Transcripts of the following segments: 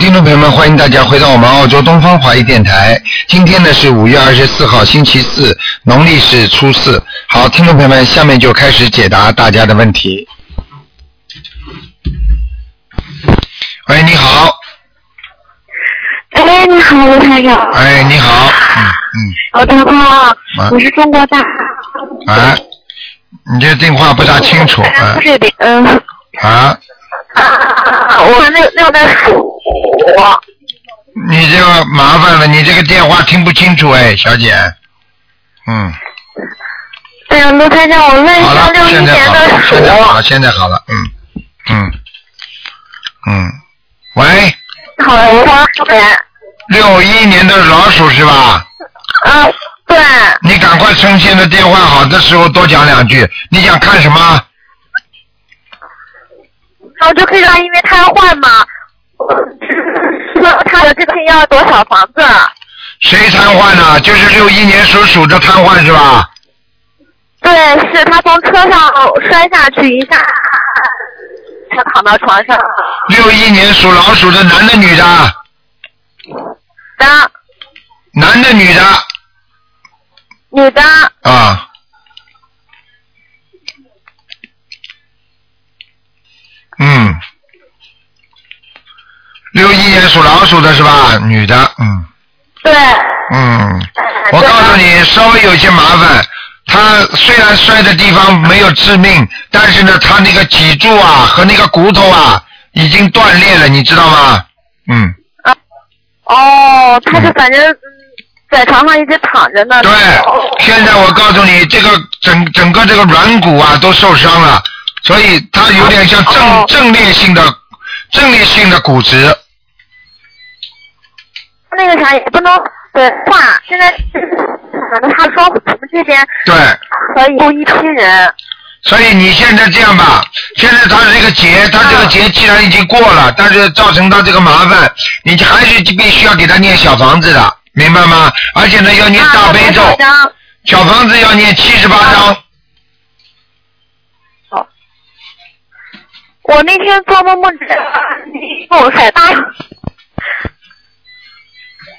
听众朋友们，欢迎大家回到我们澳洲东方华语电台。今天呢是五月二十四号，星期四，农历是初四。好，听众朋友们，下面就开始解答大家的问题。喂，你好，哎，你好，卢台长。哎，你好，嗯我打通了啊，我是中国大。嗯，啊，你这电话不大清楚，啊不是的，嗯，啊，啊我那那我在数我，你这个麻烦了，你这个电话听不清楚，哎，小姐，嗯，哎呀，卢台长，我问一好下了六，一现在年好的了，鼠现，在好了，现在好了，嗯嗯嗯，喂，好了，我想数人，六一年的老鼠是吧？啊，对，你赶快趁现在电话好的时候多讲两句。你想看什么？然后就可以让因为瘫痪嘛，那他的这个要多少房子？谁瘫痪呢、就是六一年属鼠的瘫痪是吧？对，是他从车上摔下去一下，他躺到床上，六一年属老鼠的男的女的？的男的女的？女的，啊。嗯。六一年属老鼠的是吧？女的，嗯对。嗯。我告 诉你，稍微有些麻烦。他虽然摔的地方没有致命，但是呢，他那个脊柱啊和那个骨头啊已经断裂了，你知道吗？嗯，哦，他就嗯反正嗯在床上一直躺着呢。哦对。现在我告诉你，这个整整个这个软骨啊都受伤了，所以它有点像正哦正裂性的正裂性的骨折。那个啥也不能对话，现在反正他说我们这边对，可以雇一批人。所以你现在这样吧，现在他这个劫，他这个劫既然已经过了，但是造成他这个麻烦，你还是必须要给他念小房子的，明白吗？而且呢，要念大悲咒那多少，张小房子要念七十八章。我那天做梦梦见你跟我甩大，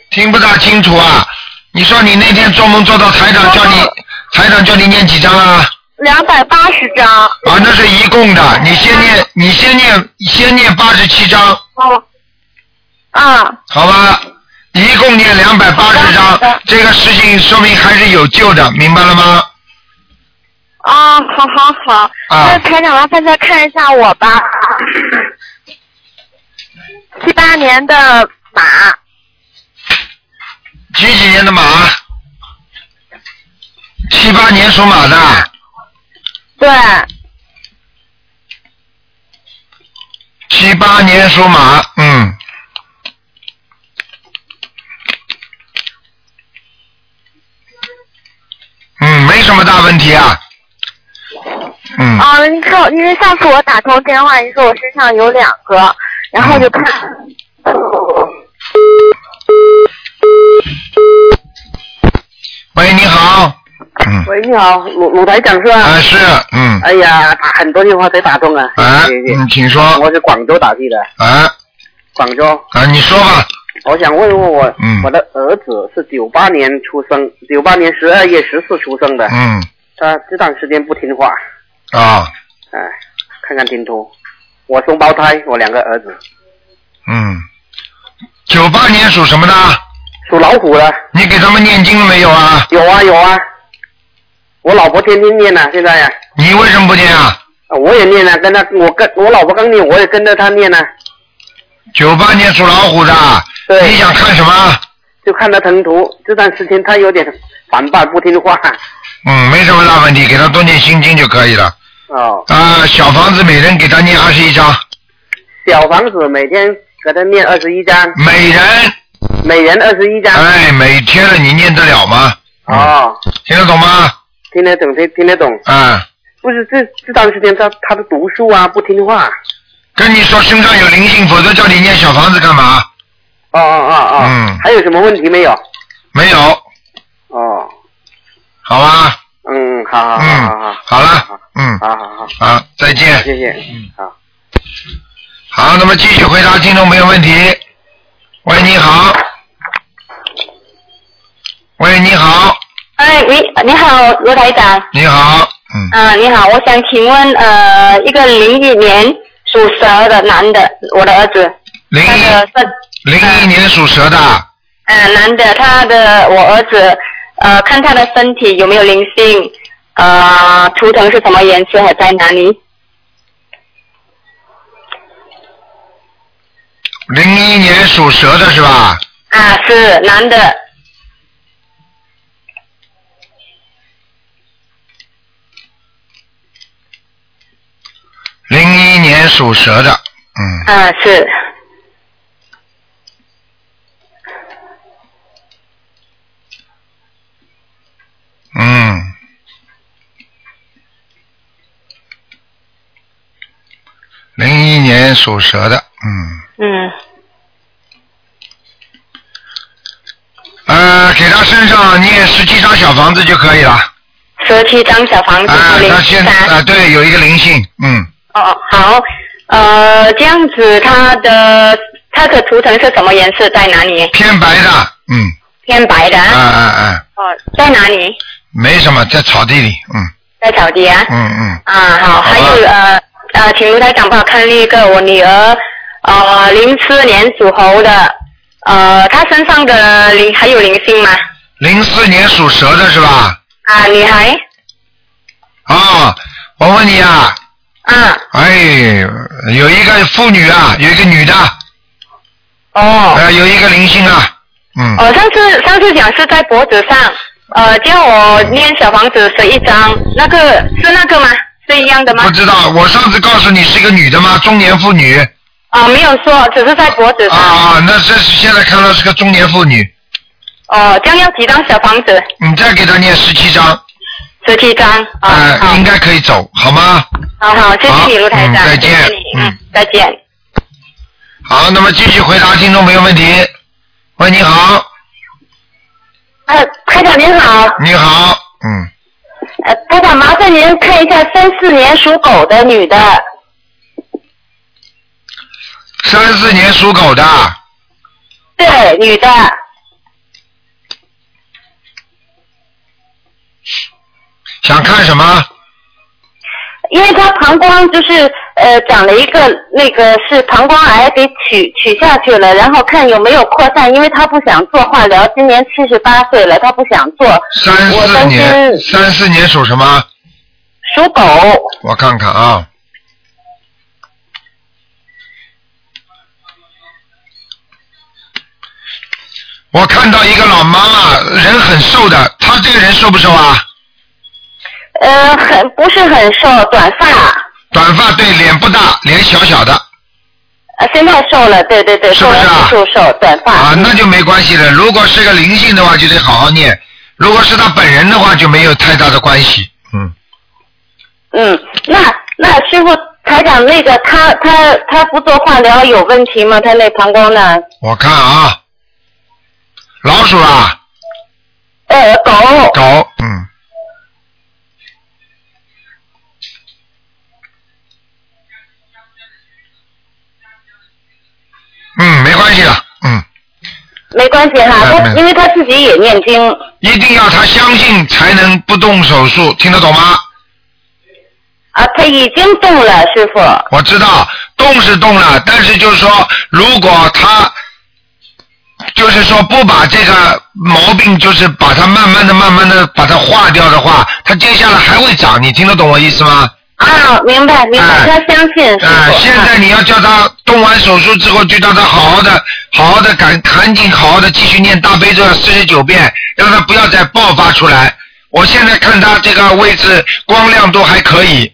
听不大清楚啊！你说你那天做梦做到台长叫你做梦，台长叫你念几张啊？两百八十张。啊，那是一共的，你先嗯念，你先念，先念八十七张，哦。啊，好吧？一共念两百八十好的好张的，这个事情说明还是有救的，明白了吗？啊，好好好，啊那台长麻烦再看一下我吧，七八年的马，几几年的马？七八年属马的，嗯对，七八年属马，嗯。嗯，没什么大问题啊。嗯。啊，你看我，因为上次我打通电话，你说我身上有两个，然后就看，嗯喂，你好。嗯。喂，你好，鲁鲁台长是吧？啊，是，嗯。哎呀，打很多电话才打通啊！啊谢，谢。嗯，请说。我是广州打去的，啊广州。啊，你说吧。我想问问我，嗯我的儿子是九八年出生，九八年十二月十四出生的，嗯。他这段时间不听话，啊，哎、看看听图。我双胞胎，我两个儿子，嗯。九八年属什么的？属老虎的，你给他们念经了没有啊？有啊有啊。我老婆天天念啊，现在呀、你为什么不念啊？啊我也念啊，跟他，我跟我老婆刚念，我也跟着她念啊，九八年属老虎的，对你想看什么？就看他腾图，这段时间他有点反叛，不听话。嗯，没什么大问题，给他多念心经就可以了。哦，啊，小房子每人给他念二十一章，小房子每天给他念二十一张，每人，每人二十一张。哎，每天了，你念得了吗？嗯，哦，听得懂吗？听得懂，听听得懂。啊，不是这这段时间他他的读书啊不听话。跟你说身上有灵性，否则叫你念小房子干嘛？哦哦哦哦。嗯还有什么问题没有？没有，哦，好吧？嗯，好好啊好好嗯，好了，嗯，好好好好，好，再见。嗯谢谢，好。好，那么继续回答听众朋友问题。喂，你好。喂，你好，哎，你你好，罗台长。你好，嗯，啊、你好，我想请问，呃，一个零一年属蛇的男的，我的儿子，零他的一肾，零一年属蛇的，呃，男的，他的我儿子，呃，看他的身体有没有灵性，呃，图腾是什么颜色，还在哪里？零一年属蛇的是吧？啊，是男的，零一年属蛇的，嗯，啊，是，嗯，零一年属蛇的，嗯，嗯，呃，给他身上念十七张小房子就可以了。啊、十七张小房子，零他现三。啊、对，有一个灵性，嗯，哦，好，呃，这样子它的它的图腾是什么颜色？在哪里？偏白的，嗯，偏白的啊啊？啊啊，哦，在哪里？没什么，在草地里，嗯在草地啊？嗯嗯，啊，好，还有呃呃，请卢台长帮我看另一个我女儿，呃，零四年属猴的，呃，她身上的灵还有灵性吗？零四年属蛇的是吧？啊，女孩，啊、我问你啊，啊，哎，有一个妇女啊，有一个女的，哦，呃，有一个灵性啊，嗯，哦，上次上次讲是在脖子上，呃，叫我念小房子十一张，那个是那个吗？是一样的吗不？知道，我上次告诉你是一个女的吗？中年妇女啊，没有说，只是在脖子啊上。啊，那这是现在看到是个中年妇女，哦，这样要几张小房子？你再给她念十七章，十七张。啊，呃好应，该可以走，好吗？好好，谢谢你，好卢台长，嗯再见谢谢你，嗯嗯，再见。好，那么继续回答听众朋友问题。喂，你好，呃，台长您好，你好，嗯，呃，台长麻烦您看一下三四年属狗的女的，三四年属狗的，对，女的，想看什么？因为她膀胱就是呃长了一个那个是膀胱癌给取取下去了，然后看有没有扩散，因为她不想做化疗，今年七十八岁了，她不想做，三我四担心年，三四年属什么？属狗，我看看啊。我看到一个老妈妈，人很瘦的，她这个人瘦不瘦啊？呃，很不是很瘦，短发。短发对，脸不大，脸小小的呃，现在瘦了，对对对，是瘦不是了啊瘦瘦短发，啊，那就没关系了。如果是个灵性的话，就得好好念；如果是她本人的话，就没有太大的关系。嗯，嗯，那那师傅台长那个他他他不做化疗有问题吗？他那膀胱呢？我看啊，老鼠啊，呃，狗狗，嗯，嗯，没关系的，嗯，没关系哈，哎他没因为他自己也念经，一定要他相信才能不动手术，听得懂吗？啊，他已经动了，师傅，我知道动是动了，但是就是说，如果他就是说不把这个毛病，就是把它慢慢的、慢慢的把它化掉的话，它接下来还会长，你听得懂我意思吗？啊，明白明白，哎他相信师啊、傅，现在啊你要叫他动完手术之后，就让他好好的、好好的赶，赶紧好好的继续念大悲咒四十九遍，让他不要再爆发出来。我现在看他这个位置光亮度还可以，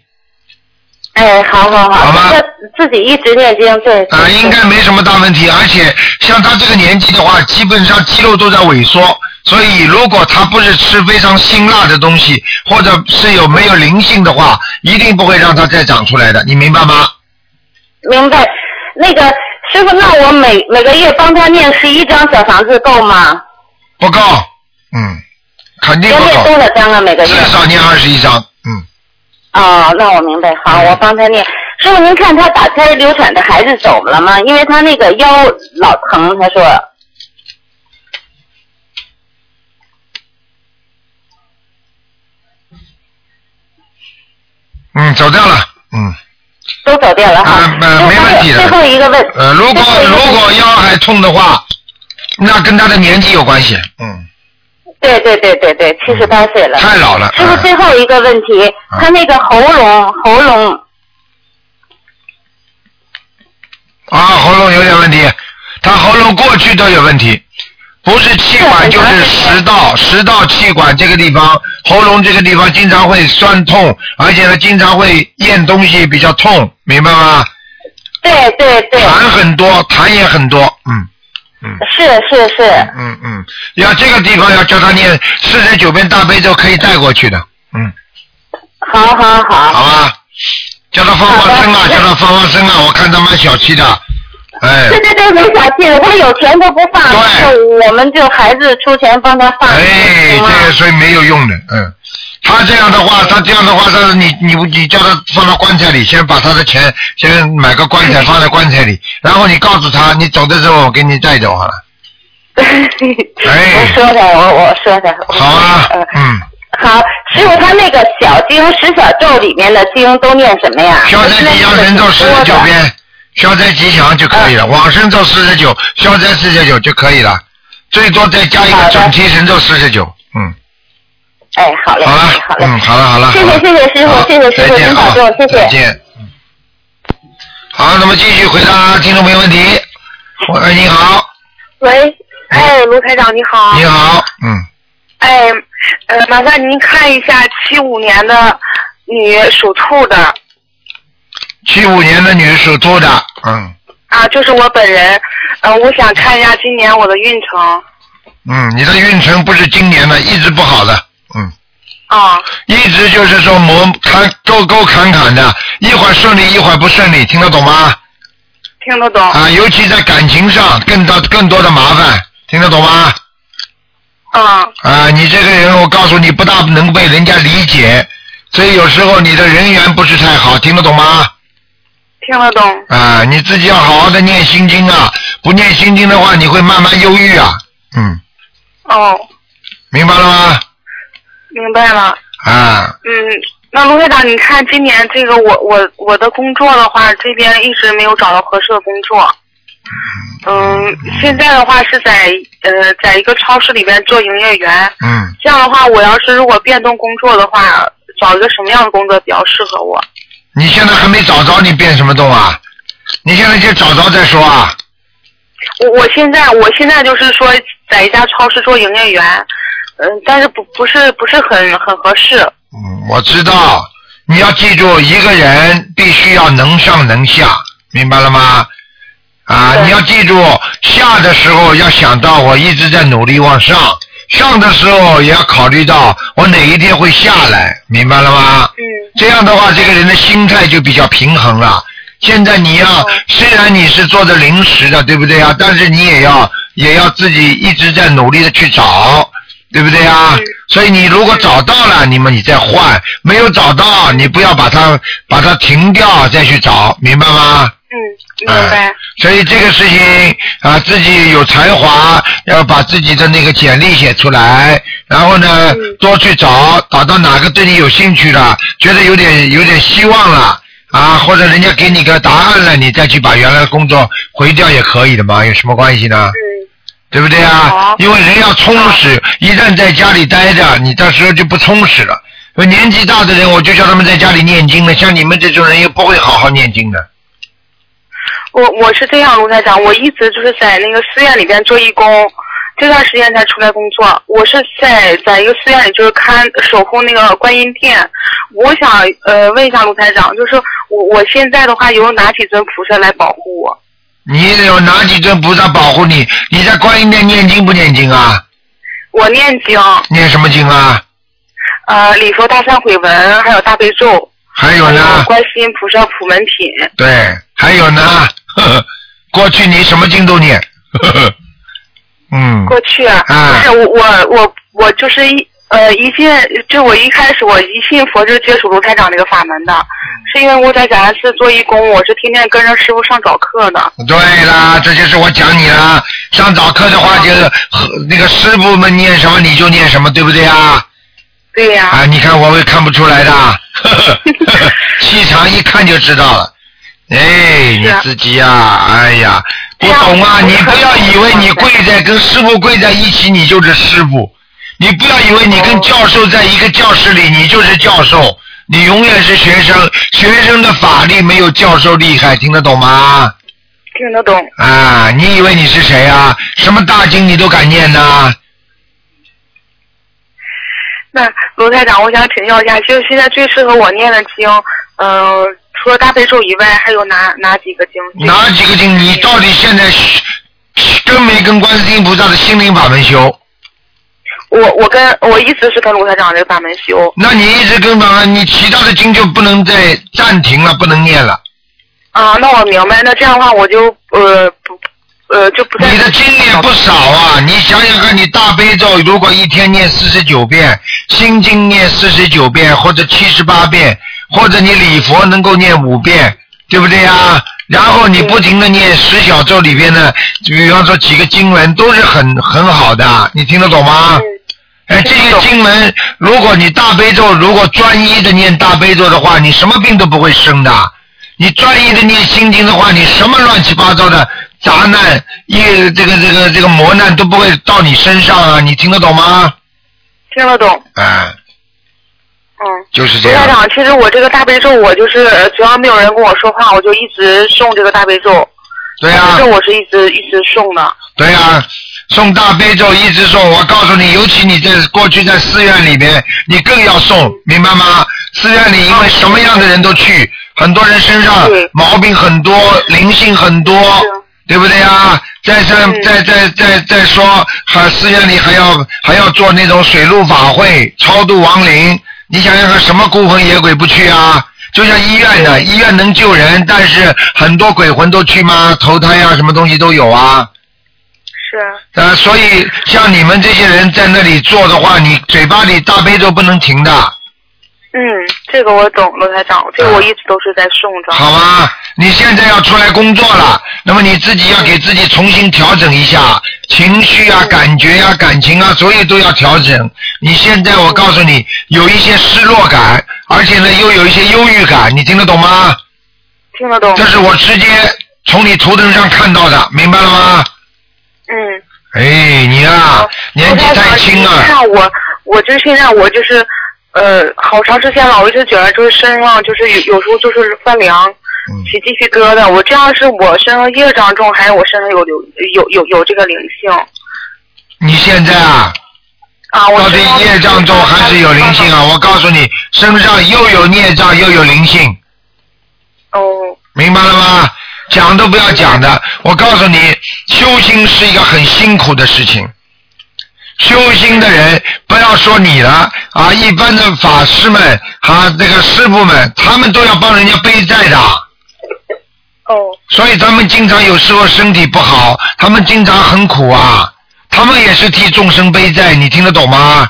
哎，好好好好，吧他自己一直念经，对，啊、对应该没什么大问题。而且像他这个年纪的话，基本上肌肉都在萎缩，所以如果他不是吃非常辛辣的东西，或者是有没有灵性的话，一定不会让他再长出来的，你明白吗？明白。那个师傅，那我每每个月帮他念十一张小房子够吗？不够，嗯，肯定要不念够多。少张啊？每个月至？少念二十一章，嗯，哦，那我明白，好，我帮他念。师傅，您看他打胎流产的孩子走了吗？因为他那个腰老疼，他说嗯，走掉了，嗯，都走掉了哈。啊呃没问题的最后一个问，呃，如果最后一个如问果腰还痛的话，那跟他的年纪有关系，嗯，对对对对对，七十八岁了。太老了，师傅嗯最后一个问题，啊他那个喉咙喉咙啊，喉咙有点问题，他喉咙过去都有问题，不是气管是就很长是时间食道，食道气管这个地方，喉咙这个地方经常会酸痛，而且呢经常会咽东西比较痛，明白吗？对对对，痰很多，痰也很多，嗯是是是，嗯嗯，要这个地方要叫他念四十九遍大悲咒可以带过去的，嗯，好好好，好吧，叫他放放生啊，好的叫他放放生啊，我看他蛮小气的，哎对。对对，没小气的，他有钱都不放，对就我们就孩子出钱帮他放，哎，行吗这个所以没有用的，嗯。他这样的话，他这样的话，他你你你叫他放到棺材里，先把他的钱先买个棺嗯材放在棺材里，然后你告诉他，你走的时候我给你带走好了，哎 我说的，我我说的，好啊嗯，嗯。好，师傅，他那个小经十小咒里面的经都念什么呀？消灾吉祥神咒四十九呃遍，消灾吉祥就可以了，往生咒四十九，消灾四十九就可以了，最多再加一好个的准提神咒四十九，嗯，哎，好嘞，好了好，嘞，嗯，好了好了，谢好了谢谢谢师好傅，谢谢师再傅，见您保啊，重，谢谢。再见。嗯好，那么继续回答听众朋友问题。喂，你好，喂，哎，卢台长你好。你好，嗯，哎，呃，麻烦您看一下七五年的女属兔的七五年的女属兔的，嗯啊，就是我本人。呃，我想看一下今年我的运程嗯，你的运程不是今年的，一直不好的，嗯，啊。一直就是说磨坎沟沟坎坎的，一会儿顺利，一会儿不顺利，听得懂吗？听得懂啊，尤其在感情上更多更多的麻烦，听得懂吗？啊啊，你这个人，我告诉你，不大能被人家理解，所以有时候你的人缘不是太好，听得懂吗？听得懂啊，你自己要好好的念心经啊，不念心经的话，你会慢慢忧郁啊。嗯，哦，明白了吗？明白了。啊，嗯，那卢台长，你看今年这个我我我的工作的话，这边一直没有找到合适的工作。嗯，现在的话是在呃，在一个超市里边做营业员。嗯，这样的话，我要是如果变动工作的话，找一个什么样的工作比较适合我？你现在还没找着，你变什么动啊？你现在先找着再说啊。我我现在我现在就是说，在一家超市做营业员，嗯、但是不不是不是很很合适。嗯，我知道，你要记住，一个人必须要能上能下，明白了吗？啊，对你要记住，下的时候要想到我一直在努力往上，上的时候也要考虑到我哪一天会下来，明白了吗？嗯这样的话，这个人的心态就比较平衡了。现在你要，哦虽然你是做着零食的，对不对啊？但是你也要也要自己一直在努力的去找，对不对啊嗯？所以你如果找到了，你们你再换；没有找到，你不要把它把它停掉再去找，明白吗？哎嗯，明白。所以这个事情啊，自己有才华，要把自己的那个简历写出来，然后呢，嗯多去找，找到哪个对你有兴趣了，觉得有点有点希望了啊，或者人家给你个答案了，你再去把原来的工作回掉也可以的嘛，有什么关系呢？对不对啊嗯好？因为人要充实，一旦在家里待着，你到时候就不充实了。年纪大的人，我就叫他们在家里念经了，像你们这种人又不会好好念经的。我我是这样，卢台长，我一直就是在那个寺院里边做义工，这段时间才出来工作。我是在在一个寺院里，就是看守护那个观音殿。我想呃问一下卢台长，就是我我现在的话有哪几尊菩萨来保护我？你有哪几尊菩萨保护你？你在观音殿念经不念经啊？我念经，念什么经啊？呃，礼佛大忏悔文，还有大悲咒，还有还有呢？哎观世音菩萨普门品。对，还有呢？ 呵呵过去你什么经都念。 呵呵嗯，过去啊，嗯不是我我我我就是一呃一进就我一开始我一信佛就接触卢台长这个法门的，嗯是因为我在咱寺做义工，我是天天跟着师傅上早课的。对啦，这就是我讲你啦。上早课的话，就是和那个师傅们念什么你就念什么，对不对啊？对呀、 啊，你看我也看不出来的。呵呵呵呵气场一看就知道了。哎，你是啊自己呀、哎呀，不懂啊！你不要以为你跪在跟师傅跪在一起，你就是师傅；你不要以为你跟教授在一个教室里，你就是教授。你永远是学生，学生的法力没有教授厉害，听得懂吗？听得懂。啊，你以为你是谁啊？什么大经你都敢念呐、那卢台长，我想请教一下，就是现在最适合我念的经，嗯、除了大悲咒以外，还有哪哪几个经？哪几个经？你到底现在学跟没跟观世音菩萨的心灵法门修？我我跟我一直是跟卢台长这个法门修那你一直跟法门，你其他的经就不能再暂停了，不能念了。啊、那我明白，那这样的话我就呃不呃就不再你的经也不少啊，你想想看，你大悲咒如果一天念四十九遍，心经念四十九遍或者七十八遍，或者你礼佛能够念五遍，对不对啊？然后你不停的念十小咒里边的，比方说几个经文都是很很好的，啊你听得懂吗？哎，这些经文，如果你大悲咒如果专一的念大悲咒的话，你什么病都不会生的。你专一的念心经的话，你什么乱七八糟的杂难、一这个这个这个磨难都不会到你身上啊！你听得懂吗？听得懂，哎，嗯。就是这卢台样。长，其实我这个大悲咒，我就是呃只要没有人跟我说话，我就一直诵这个大悲咒。对大啊悲咒，我是一直一直诵的。对啊，送大悲咒一直送，我告诉你，尤其你在过去在寺院里面，你更要送，明白吗？寺院里因为什么样的人都去，很多人身上对毛病很多，灵性很多，对不对啊？再再再再再再说，还寺院里还要还要做那种水陆法会，超度亡灵，你想想看，什么孤魂野鬼不去啊？就像医院的，医院能救人，但是很多鬼魂都去吗？投胎啊，什么东西都有啊。是。啊呃，所以像你们这些人在那里做的话，你嘴巴里大悲咒不能停的，嗯，这个我懂，卢台长，这个我一直都是在诵嗯着。好吗？你现在要出来工作了，那么你自己要给自己重新调整一下情绪嗯啊、感觉啊、感情啊，所有都要调整。你现在嗯我告诉你，有一些失落感，而且呢又有一些忧郁感，你听得懂吗？听得懂。这是我直接从你图腾上看到的，明白了吗？嗯。哎，你啊，年纪太轻啊你了，看嗯我，我就是现在我就是，呃，好长时间了，我一直觉得就是身上就是有有时候就是发凉，嗯起鸡皮疙瘩。我这样是我身上业障重，还是我身上有有有有有这个灵性你现在啊，啊？我到底身上业障重还是有灵性啊？我告诉你，身上又有孽障又有灵性，哦，明白了吗？讲都不要讲的，我告诉你，修心是一个很辛苦的事情。修心的人，不要说你了啊，一般的法师们啊，这个师傅们，他们都要帮人家背债的。哦，所以他们经常有时候身体不好，他们经常很苦啊，他们也是替众生背债，你听得懂吗？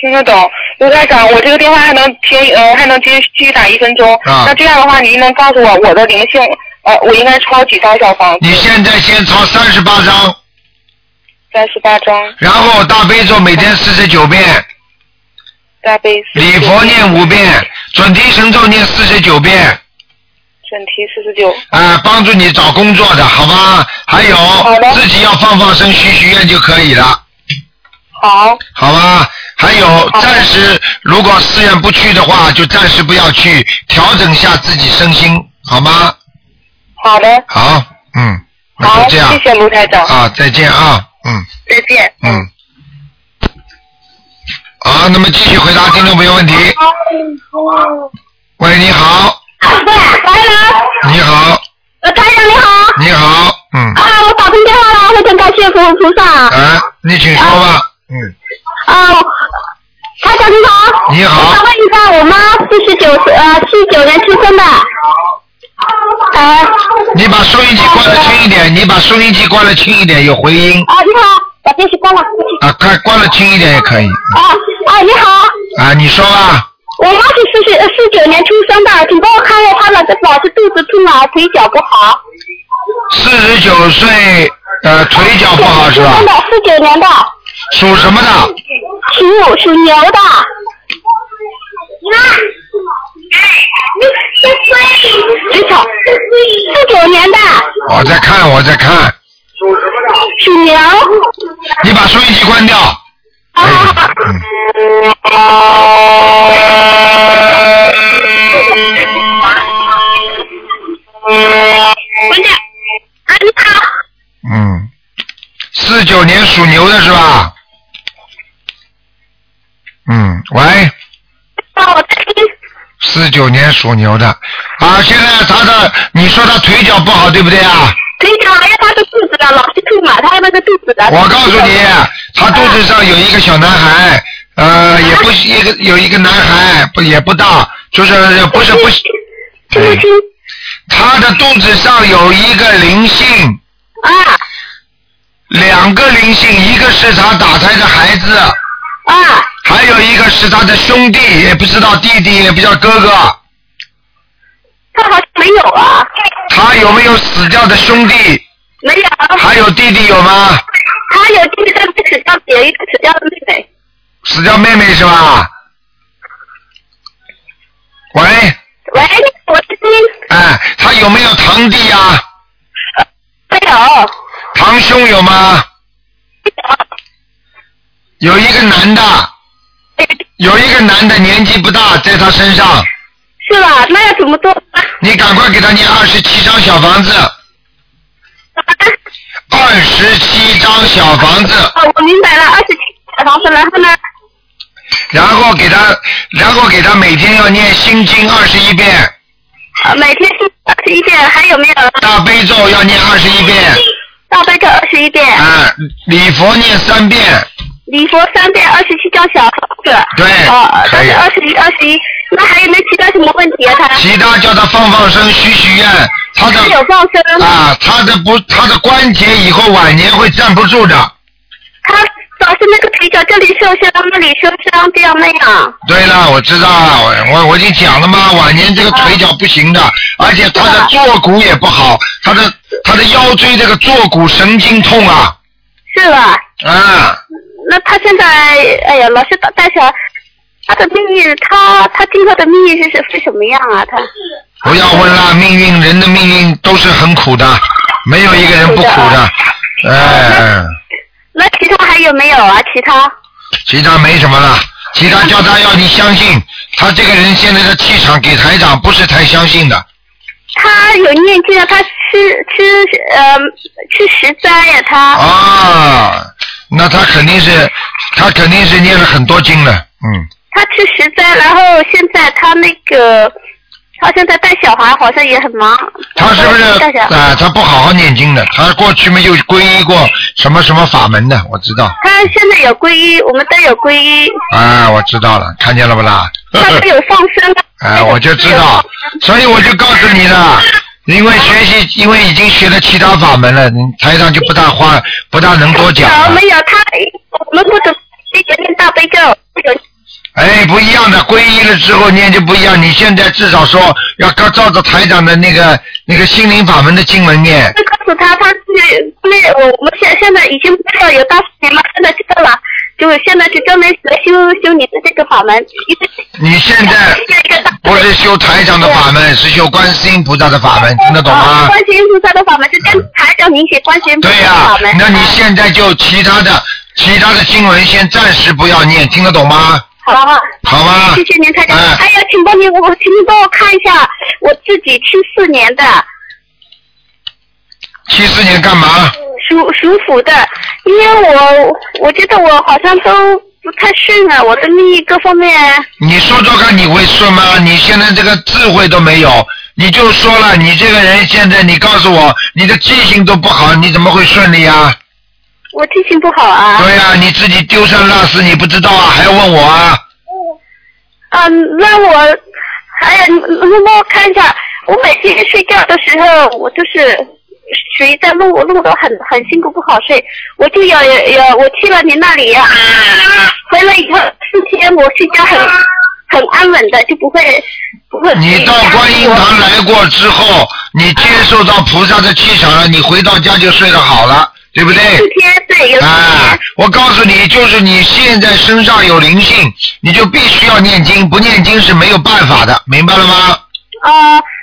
听得懂。刘台长，我这个电话还能听，呃，还能继续继续打一分钟。啊那这样的话，您能告诉我我的灵性，呃，我应该抄几张小房子？你现在先抄三十八章，三十八张然后大悲咒每天四十九遍，大悲。礼佛念五遍，准提神咒念四十九遍，准提四十九。啊、帮助你找工作的，好吧？还有的自己要放放生、许许愿就可以了，好，好吧？还有好的暂时如果寺院不去的话，就暂时不要去，调整一下自己身心，好吗？好的，好，嗯，那好，就这样谢谢卢台长，啊，再见啊，嗯再见。嗯。好，那么继续回答听众朋友问题。喂，你好，白了，你好，呃，台长你好。你好，嗯，啊，我打通电话了，非常感谢菩菩萨。啊，你请说吧，嗯，啊，台长你好。你好我想问一下，我妈四十九岁，呃，七九年出生的。呃，你把收音机关的轻一点，你把收音机关的轻一点，有回音啊，你好，把电视关了。啊，快关的轻一点也可以啊，啊，你好，啊，你说吧，我妈是四十呃四九年出生的，请帮我看一下她老是老是肚子痛啊，腿脚不好。四十九岁，呃，腿脚不好是吧真？的，四九年的，属什么的？属属牛的。妈，你我在看，我在看，是娘。你把收音机关掉。啊哎嗯哎关键，啊，你好，嗯，四九年属牛的是吧？嗯，喂，帮我听。四九年属牛的，啊，现在他的，你说他腿脚不好，对不对啊？腿脚还有哎他的肚子的，老是吐嘛，他有那个肚子的。我告诉你，他肚子上有一个小男孩，呃，也不一个有一个男孩，不也不大，就是不是不，哎听不清他的肚子上有一个灵性，啊两个灵性，一个是他打胎的孩子，啊还有一个是他的兄弟，也不知道弟弟，也不知道哥哥，他好像没有啊，他有没有死掉的兄弟？没有，啊还有弟弟有吗？他有弟弟，但是死掉姐，一个死掉的妹妹。死掉妹妹是吧？喂，喂，我听哎，他有没有堂弟呀、没有，堂兄有吗？有一个男的，有一个男的年纪不大，在他身上，是吧？那要怎么做啊？你赶快给他念二十七张小房子，二十七张小房子，哦，我明白了，二十七小房子，然后呢？然后给他，然后给他每天要念心经二十一遍，呃每天是二十一遍，还有没有？大悲咒要念二十一遍，大悲咒二十一遍，啊，礼佛念三遍，礼佛三遍，二十七张小房子。对哦，可但以是二十一，二十一，那还有没有其他什么问题啊？他其他叫他放放生、许许愿，他的他有放生，啊，他的不，他的关节以后晚年会站不住的。他老是那个腿脚这里受伤，那里受伤，这样那样。对了，我知道，我我我已经讲了嘛，晚年这个腿脚不行的，而且他的坐骨也不好，他的他的腰椎这个坐骨神经痛啊，是吧？啊，那他现在，哎呀，老是带带小孩，他的命运，他他今后的命运是是什么样啊？他不要问了，命运人的命运都是很苦的，没有一个人不苦的，哎，那其他还有没有啊？其他其他没什么了，其他叫他要你相信，他这个人现在的气场给台长不是太相信的，他有念经啊，他吃吃呃吃食斋呀、他啊，那他肯定是他肯定是念了很多经了，嗯。他吃食斋，然后现在他那个他现在带小孩好像也很忙。他是不是带小啊、孩？他不好好念经的，他过去没有皈依过什么什么法门的，我知道。他现在有皈依，我们都有皈依，啊，我知道了，看见了不啦？他都有放生了。啊，呃我就知道，所以我就告诉你了，因为学习，因为已经学了其他法门了，你台上就不大花，不大能多讲有了哦没。有他，我们不懂，一个念大悲咒，有哎，不一样的，皈依了之后念就不一样。你现在至少说要照照着台长的那个那个心灵法门的经文念，就告诉他，他是那我我们现现在已经不知道有大四年了，现在知道了，就是现在是专门学修修你的这个法门，一个你现在一个大不是修台长的法门，是修观世音菩萨的法门，听得懂吗？啊观世音哦菩萨的法门是跟台长您写观世音菩对萨呀、的法门。啊那你现在就其他的其他的经文先暂时不要念，听得懂吗？好了好，好吗？谢谢您台长。哎哎呀，请帮您，我请您帮我看一下我自己七四年的七四年干嘛？属属虎的，因为我我觉得我好像都不太顺啊，我的命运各方面。你说说看，你会顺吗？你现在这个智慧都没有，你就说了，你这个人现在你告诉我，你的记性都不好，你怎么会顺利啊？我记性不好啊。对呀、你自己丢三落四，你不知道啊，还要问我啊？嗯，那我，哎呀，你你帮我看一下，我每天睡觉的时候，我就是属于在路路都很很辛苦，不好睡。我就有有我去了你那里、啊，回来以后四天我睡觉很很安稳的，就不会不会。你到观音堂来过之后，你接受到菩萨的气场了，你回到家就睡得好了，对不对？四天，对，有四天。啊，我告诉你，就是你现在身上有灵性，你就必须要念经，不念经是没有办法的，明白了吗？哦、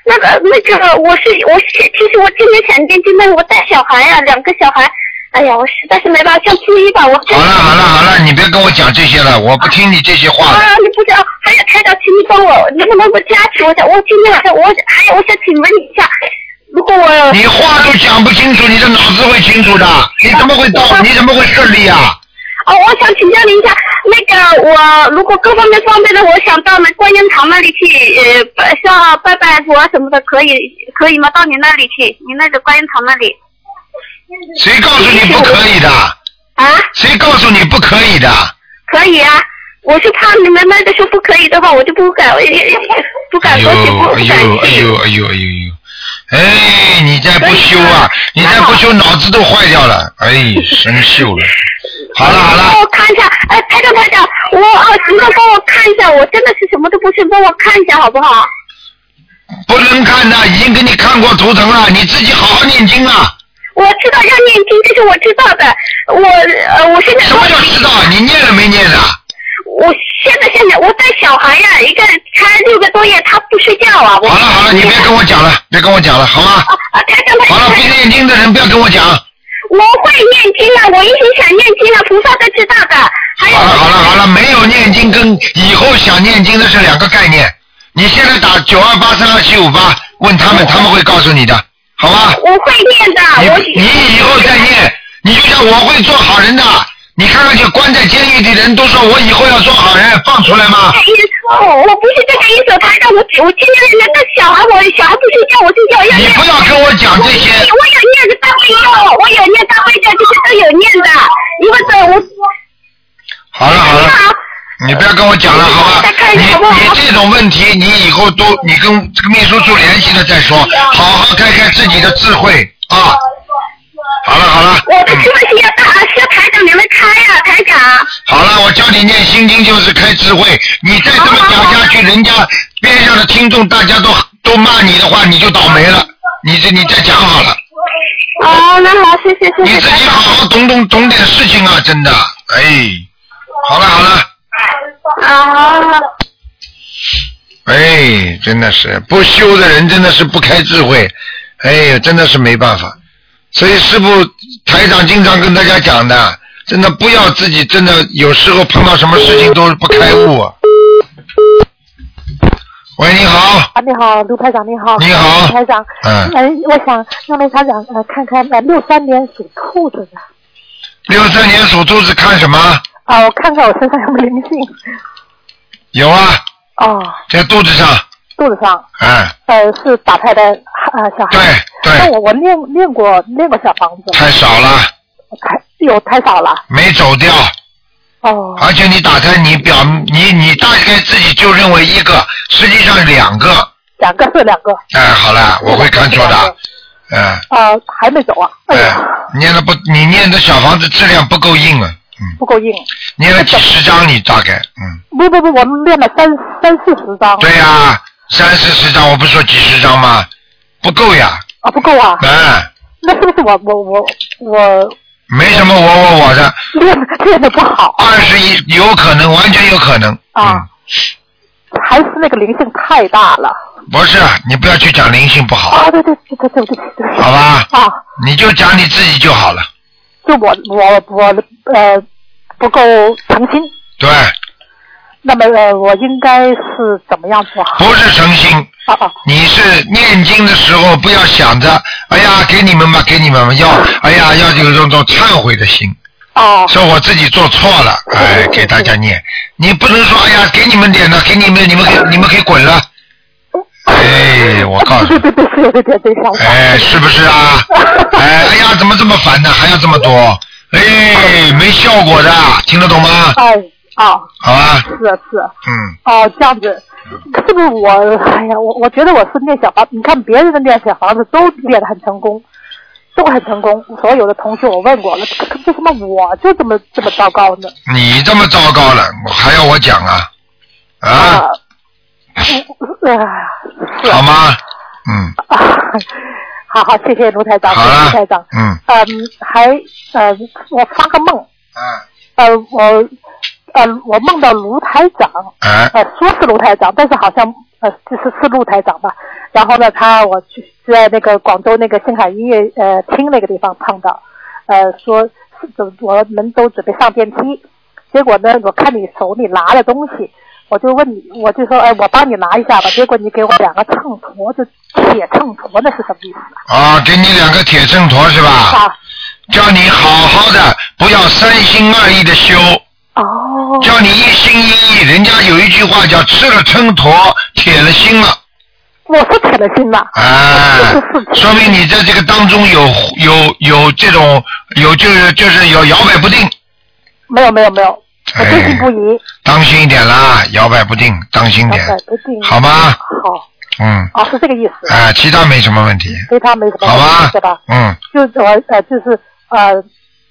那个那个，我是我是，其实我今年想念经，但是我带小孩呀、两个小孩，哎呀，我实在是没办法，像初一吧，我真好了好的了好了，你别跟我讲这些了，我不听你这些话了。啊，你不知道，还有台长，请你帮我，能不能够加持我一下？我今天晚上我还有，我想请问一下，如果我你话都讲不清楚，你的脑子会清楚的，你怎么会到？你怎么会顺利啊？哦，我想请教您一下，那个我如果各方面方便的，我想到那观音堂那里去，呃，拜像拜拜佛啊什么的，可以可以吗？到您那里去，您那个观音堂那里谁告诉你不可以的？啊，谁告诉你不可以的？可以啊。我是怕你们那个说不可以的话，我就不敢，我也也不哎敢呦过去，不哎不呦敢哎去。呦哎呦哎呦哎呦！哎，你再不修啊，你再不修，脑子都坏掉了。哎，生锈了。好了好帮了，我看一下，哎，台长台长，我啊，能够帮我看一下，我真的是什么都不是，帮我看一下好不好？不能看的，已经给你看过图腾了，你自己好好念经啊。我知道要念经，这是我知道的。我呃，我现在什么叫知道？你念了没念啊呢？我现在现在我带小孩呀、一个才六个多月，他不睡觉啊。我好了好了，你别跟我讲了，别跟我讲了，好吗？啊啊，台长台好长了，不，念经的人不要跟我讲。我会念经啊，我一心想念经啊，菩萨都知道的。还有好了好了好了，没有念经跟以后想念经的是两个概念。你现在打九二八三二七五八，问他们，他们会告诉你的，好吧？我会念的，啊我你你以后再念，你就像我会做好人的。你看看，就关在监狱里的人都说我以后要做好人，放出来吗这？个意思，哦我不是这个意思，台长，我我今天那个小孩，我小孩不睡觉，我睡觉要你念。不要跟我讲这些。我有念的大悲咒，我有念大悲咒，这些都有念的，因为这我好了好了。啊。你不要跟我讲了，好吧？你你这种问题，你以后都你跟秘书处联系了再说，好好开开自己的智慧啊！好了好了，我的智慧是要大，是要台长您来开呀、台长。好了，我教你念心经就是开智慧，你再这么讲下去，人家边上的听众大家都都骂你的话，你就倒霉了。你这你再讲好了，啊哦，那好，谢谢谢你谢自台己长。好好懂懂懂点事情啊，真的，哎，好了好了。啊，哎，真的是不修的人真的是不开智慧，哎呀，真的是没办法。所以师傅台长经常跟大家讲的，真的不要自己真的有时候碰到什么事情都是不开悟、啊。喂，你好，啊，你好，卢台长，你好。你卢好台长。嗯嗯，我想让卢台长呃看看呃六三年属兔子的六三年属兔子看什么？啊，我看看我身上有没有灵性。有啊，哦，在肚子上，肚子上哎，呃是打胎的呃小对孩。那对，我我念念过念过小房子，太少了，太有太哎少了。没走掉。哦而且你打开你表你你大概自己就认为一个，实际上两个。两个是两个，哎，好了，我会看错的。哎呃还没走啊。哎哎呀，，念的不，你念的小房子质量不够硬啊，嗯，不够硬。念了几十张你大概，嗯，不不不，我们念了三三四十哦张。对呀、三四十张，我不说几十张吗？不够呀，啊，不够啊。哎，那是不是我我我我没什么我我我的，练练的不好二十一有可能，完全有可能，啊？嗯，还是那个灵性太大了。不是，啊你不要去讲灵性不好，啊，对对对对对对对。好吧？啊，你就讲你自己就好了，就我我我呃不够诚心，对，那么呃我应该是怎么样做好？不是诚心，啊啊你是念经的时候不要想着，哎呀，给你们吧，给你们吧，要，哎呀，要有这种忏悔的心，哦说我自己做错了，哎，给大家念。你不能说，哎呀，给你们点的，给你们，你们可以，你们可以滚了。哎，我告诉对你，对对对对对对，想法哎，是不是啊？哎，哎呀，怎么这么烦呢？还要这么多？哎，没效果的，听得懂吗？哎啊好吧，是是嗯，哦这样子，是不是我哎呀我我觉得我是练小房，你看别人的练小房子都练得很成功。都很成功，所有的同学我问过了，可为什么我就这么这么糟糕呢？你这么糟糕了，我还要我讲啊？啊，呃，啊，是好吗？嗯。啊， 好好，谢谢卢台长，谢好谢了卢台长。嗯，嗯，还呃，我发个梦，哎呃，我呃，我梦到卢台长，哎呃，说是卢台长，但是好像呃，就是是卢台长吧，然后呢，他我去是在那个广州那个星海音乐呃厅那个地方碰到，呃说怎我们都准备上电梯，结果呢，我看你手里拿了东西，我就问你，我就说哎，我帮你拿一下吧，结果你给我两个秤砣，就铁秤砣，那是什么意思啊？啊，给你两个铁秤砣是吧？叫你好好的，不要三心二意的修。哦。叫你一心一意，人家有一句话叫吃了秤砣，铁了心了。我是铁了心了。啊，说明你在这个当中有有有这种有就是就是有摇摆不定。没有没有没有，我真心不疑。当心一点啦，摇摆不定，当心点，哎不定嗯好吗？好，嗯，哦是这个意思，啊，其他没什么问题，对他没什么好问吧题，对吧？嗯，就是我呃就是呃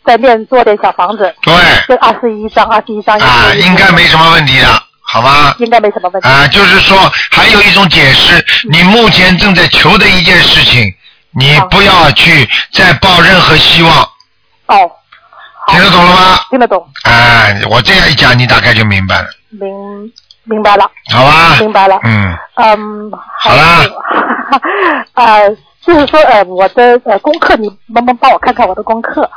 在练做点小房子，对，就二十一张二十一张，啊，应该没什么问题的，好吗？应该没什么问题。啊，就是说，还有一种解释，嗯你目前正在求的一件事情，你不要去再抱任何希望。哦。听得懂了吗？听得懂，哎，我这样一讲，你大概就明白了，明明白了，好吧？明白了，嗯，嗯，好啦， 呃，就是说呃我的呃功课，你能不能帮我看看我的功课？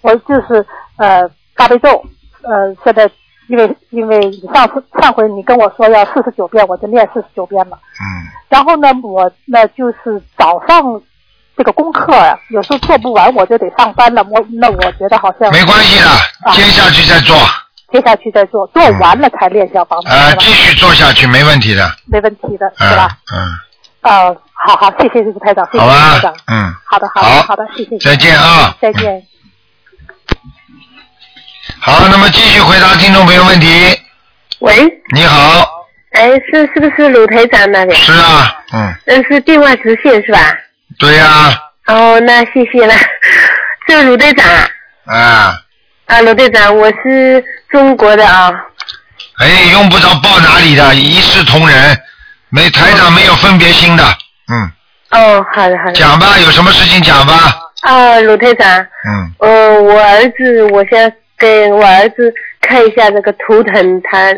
我就是呃大悲咒，呃现在因为因为你上次上回你跟我说要四十九遍，我就念四十九遍了。嗯。然后呢，我那就是早上这个功课啊，有时候做不完，我就得上班了。我那我觉得好像没关系的，接下去再做，接下去再做，做完了才练小房子，呃是，吧继续做下去没问题的，没问题的，是嗯吧？嗯，呃，好好，谢谢谢谢台长，谢谢好台吧长，，嗯，好的好的好好的，谢谢，再见啊再见。好，那么继续回答听众朋友问题。喂，你好，哎，是是不是鲁台长那里？是啊，嗯，那是电话直线是吧？对呀、哦，那谢谢了。 这鲁队长啊啊，啊，鲁队长，我是中国的啊、哎，用不着报哪里的，一视同仁，没台长没有分别心的，嗯，哦。好的好的。讲吧，有什么事情讲吧，啊，鲁队长，嗯，呃，我儿子，我先给我儿子看一下那个图腾，他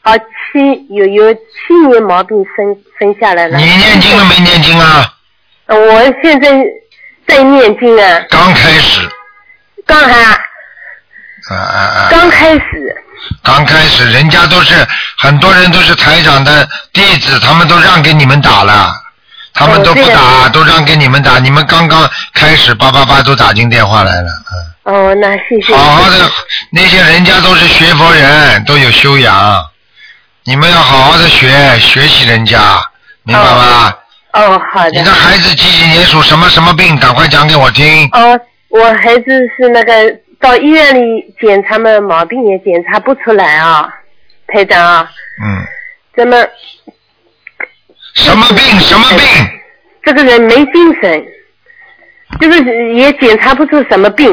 啊七有有七年毛病生生下来了。你念经了没念经啊？呃我现在在念经啊，刚开始，刚还啊啊啊，刚开始。刚开始，人家都是很多人都是台长的弟子，他们都让给你们打了，他们都不哦对打，啊都让给你们打，你们刚刚开始叭叭叭都打进电话来了，嗯，哦，那谢谢。好好的，那些人家都是学佛人，都有修养，你们要好好的学，学习人家，明白吗？哦，好的。你的孩子几几年属什么什么病？赶快讲给我听。哦，我孩子是那个到医院里检查嘛，毛病也检查不出来啊，台长啊，嗯，怎么什么病？什么病？这个人没精神，就是也检查不出什么病，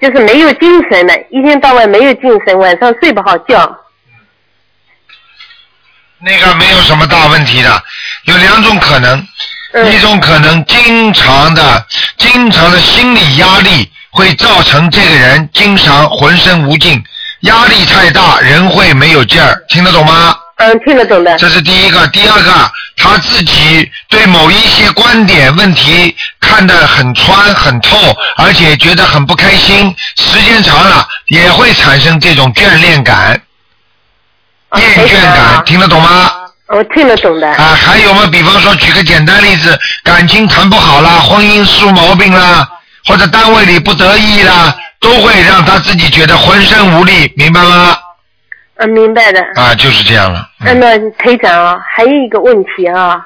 就是没有精神了，一天到晚没有精神，晚上睡不好觉。那个没有什么大问题的，有两种可能，嗯一种可能经常的、经常的心理压力会造成这个人经常浑身无劲，压力太大，人会没有劲儿，听得懂吗？嗯，听得懂的。这是第一个，第二个，他自己对某一些观点问题看得很穿很透，而且觉得很不开心，时间长了也会产生这种眷恋感、哦厌倦感，听得懂吗？我啊哦听得懂的。啊，还有嘛，比方说举个简单例子，感情谈不好啦，婚姻出毛病啦，或者单位里不得意啦，都会让他自己觉得浑身无力，明白吗？嗯，明白的。啊，就是这样了。嗯那么台长啊，还有一个问题啊，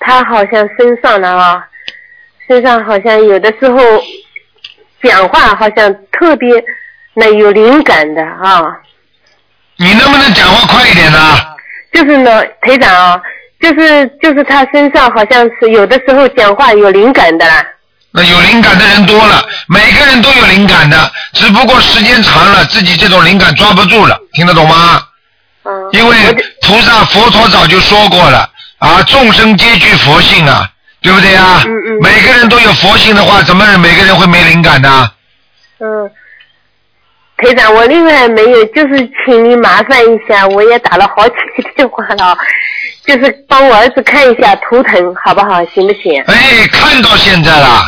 他好像身上的啊，身上好像有的时候讲话好像特别那有灵感的啊。你能不能讲话快一点呢？就是呢，台长啊，就是就是他身上好像是有的时候讲话有灵感的啦。那有灵感的人多了，每个人都有灵感的，只不过时间长了，自己这种灵感抓不住了，听得懂吗？啊因为菩萨佛陀早就说过了啊，众生皆具佛性啊，对不对嗯啊？每个人都有佛性的话，怎么每个人会没灵感呢？嗯，台长，我另外没有，就是请你麻烦一下，我也打了好几个电话了啊，就是帮我儿子看一下图腾，好不好？行不行？哎，看到现在了。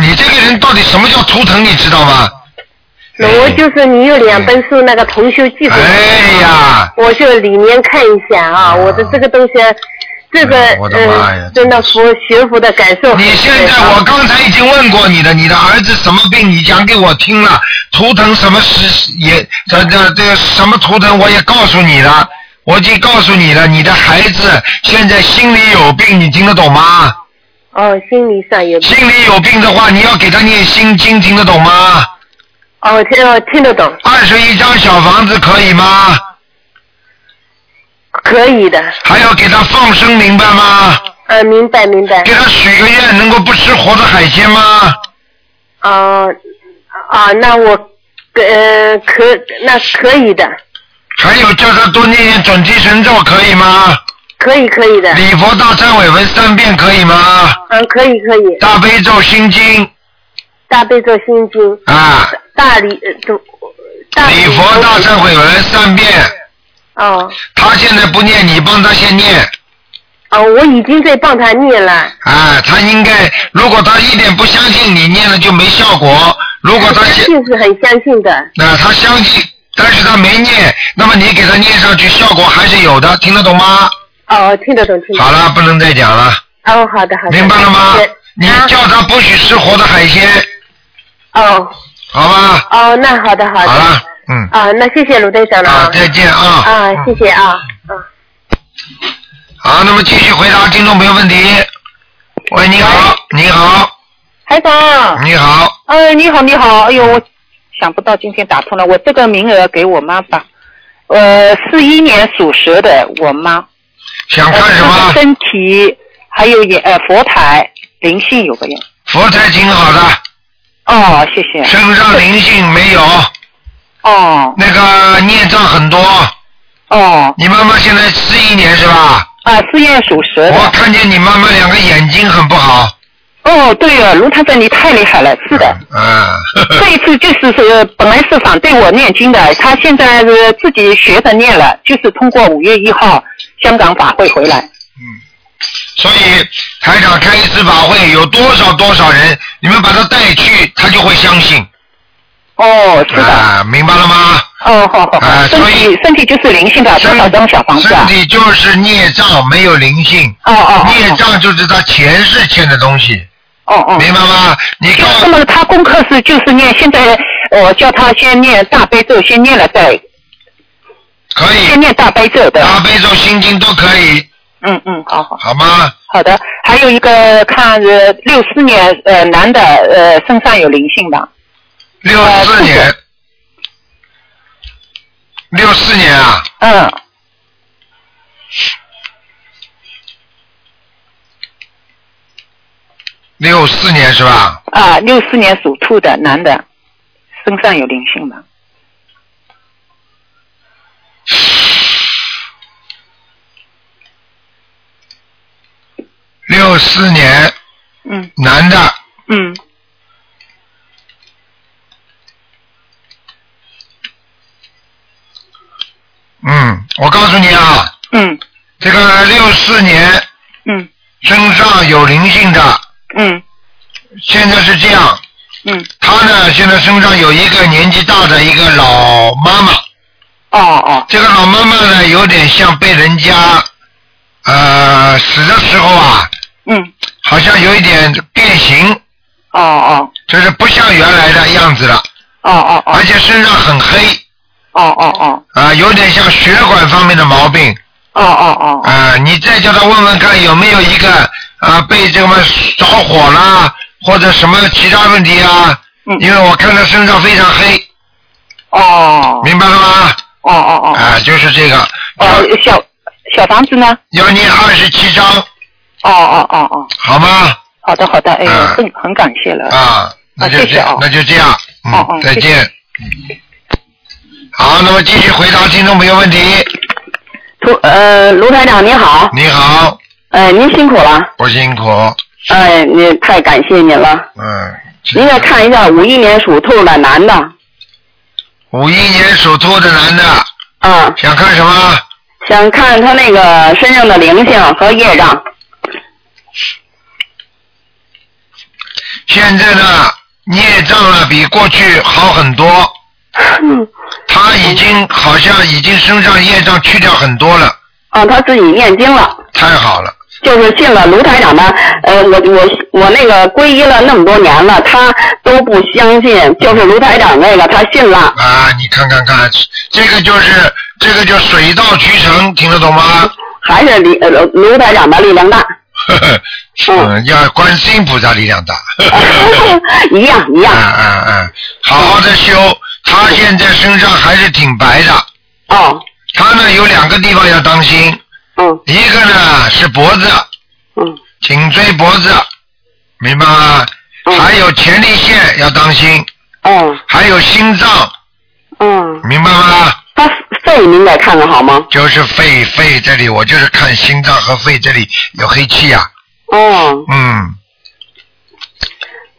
你这个人到底什么叫图腾，你知道吗？我就是你有两本书那个同修记本，哎呀，我就里面看一下啊，我的这个东西，这个哎我的妈呀呃，真的佛学佛的感 受很深啊。你现在我刚才已经问过你了，你的儿子什么病，你讲给我听了，图腾什么时也这这这个什么图腾我也告诉你了，我已经告诉你了，你的孩子现在心里有病，你听得懂吗？哦，心理上有心里有病的话，你要给他念心经，听得懂吗？哦，听哦听得懂，二十一张小房子可以吗？可以的，还要给他放生，明白吗？呃，明白明白给。他许个愿，能够不吃活的海鲜吗？哦，啊，那我呃可那可以的，还有叫他多念念准提神咒，可以吗？可以可以的，礼佛大忏悔文三遍可以吗？嗯，可以可以。大悲咒心经大悲咒心经，啊，大理呃都大礼佛大忏悔文三遍。哦他现在不念，你帮他先念。哦，我已经在帮他念了。啊，他应该，如果他一点不相信你念了就没效果。如果他相现信是很相信的，那、他相信，但是他没念，那么你给他念上去，效果还是有的，听得懂吗？哦，听得懂，听得懂。好了，不能再讲了，哦，好的，好的。明白了吗谢谢？你叫他不许吃活的海鲜，哦好吧？哦，那好的，好的。好了，嗯，啊，那谢谢卢队长了啊，再见啊。啊，谢谢啊。好，那么继续回答听众朋友问题。喂，你好，你好，台长，你好，呃，你好，你好，哎呦，我想不到今天打通了，我这个名额给我妈吧。呃，四一年属蛇的我妈，想呃看什她的么？身体还有也呃佛台灵性有个人。佛台挺好的，哦，谢谢。身上灵性没有，哦那个孽障很多。哦你妈妈现在四一年是吧？啊，四月属蛇我的。看见你妈妈两个眼睛很不好。哦，对了，卢台长你太厉害了，是的。嗯。嗯，这一次就是是本来是反对我念经的，他现在是自己学着念了，就是通过五月一号香港法会回来。所以台长开一次法会，有多少多少人，你们把他带去，他就会相信。哦，是的。啊，明白了吗？哦，好啊好好，身所以体身体就是灵性的，多少张小房子身啊？体就是孽障，没有灵性。哦哦孽哦障就是他前世欠的东西，哦哦。明白吗？你告那么他功课是就是念，现在我叫他先念大悲咒，先念了再可先以，念大悲咒的。大悲咒、心经都可以，嗯嗯，好好好吗？好的。还有一个看呃六四年呃男的呃身上有灵性吧？六呃四年，六四年啊，嗯，六四年是吧？啊，六四年属兔的男的身上有灵性吧？六四年嗯男的，嗯，嗯，我告诉你啊，嗯这个六四年嗯身上有灵性的，嗯现在是这样，嗯，他呢现在身上有一个年纪大的一个老妈妈，哦哦这个老妈妈呢有点像被人家，呃，死的时候啊，嗯好像有一点变形，哦哦就是不像原来的样子了，哦哦哦而且身上很黑哦哦哦。啊、有点像血管方面的毛病哦哦哦啊、你再叫他问问看有没有一个啊、被这么着火啦，或者什么其他问题啊，嗯因为我看他身上非常黑，哦明白了吗？哦哦啊、哦就是这个，哦，小小房子呢？要要念二十七章，哦哦哦哦，好吗？好的好的，啊哎呦，很很感谢了。啊，那就谢谢这样，哦那就这样，嗯，哦哦再谢谢见。好，那么继续回答听众朋友问题。图呃，卢台长你好，你好，呃，您辛苦了，不辛苦，呃，你太感谢您了。嗯，您要看一下五一年属兔的男的，五一年属兔的男的，啊，想看什么？想看他那个身上的灵性和业障。现在呢，孽障呢比过去好很 多。他已经好像已经身上业障去掉很多了，啊，他自己念经了，太好了。就是信了卢台长的，呃，我我我那个皈依了那么多年了，他都不相信，就是卢台长那个他信了，啊，你看看看，这个就是这个就水到渠成，听得懂吗？还是李呃卢台长的力量大，呵呵， 嗯，要观世音菩萨力量大。一样一样。嗯嗯嗯，好好的修，他现在身上还是挺白的。嗯哦。他呢有两个地方要当心。嗯。一个呢是脖子。嗯。颈椎脖子，明白吗？嗯还有前列腺要当心，哦嗯还有心脏，嗯，明白吗？他肺您得看看好吗？就是肺肺这里，我就是看心脏和肺这里有黑气啊。哦，嗯，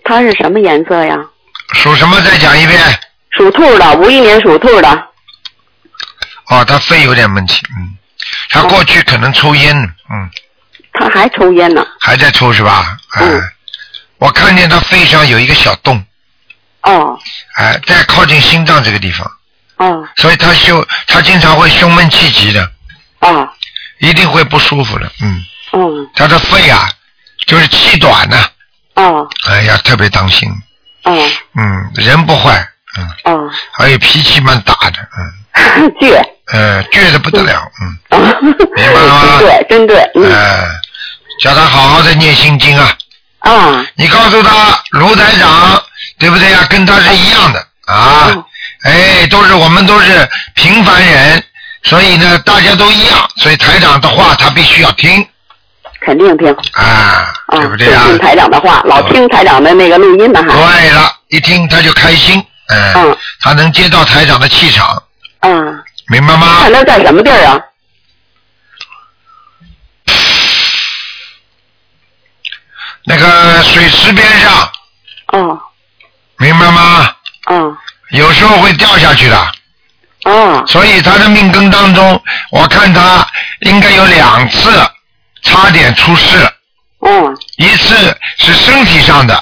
他是什么颜色呀？属什么？再讲一遍。属兔的，五一年属兔的，哦，他肺有点问题，嗯，他过去可能抽烟，嗯，他还抽烟呢。还在抽是吧？哎、我看见他肺上有一个小洞，哦哎、在靠近心脏这个地方，哦所以他胸他经常会胸闷气急的，哦一定会不舒服的，嗯，哦他的肺啊，就是气短呢、哦哎呀，特别当心，哦嗯，人不坏，嗯，哦，还有脾气蛮大的，嗯， 倔，呃，倔的不得了，嗯，明白了吗？对，真对，嗯呃，叫他好好的念心经啊。啊你告诉他卢台长，对不对呀、跟他是一样的啊，嗯哎，都是我们都是平凡人，所以呢，大家都一样，所以台长的话他必须要听肯定听啊，啊，对不对就啊？听台长的话，老听台长的那个录音呢还。对了，一听他就开心，嗯，嗯他能接到台长的气场，嗯，明白吗看？他在什么地儿啊？那个水池边上，哦明白吗？哦有时候会掉下去的，哦所以他的命根当中，我看他应该有两次差点出事。哦一次是身体上的，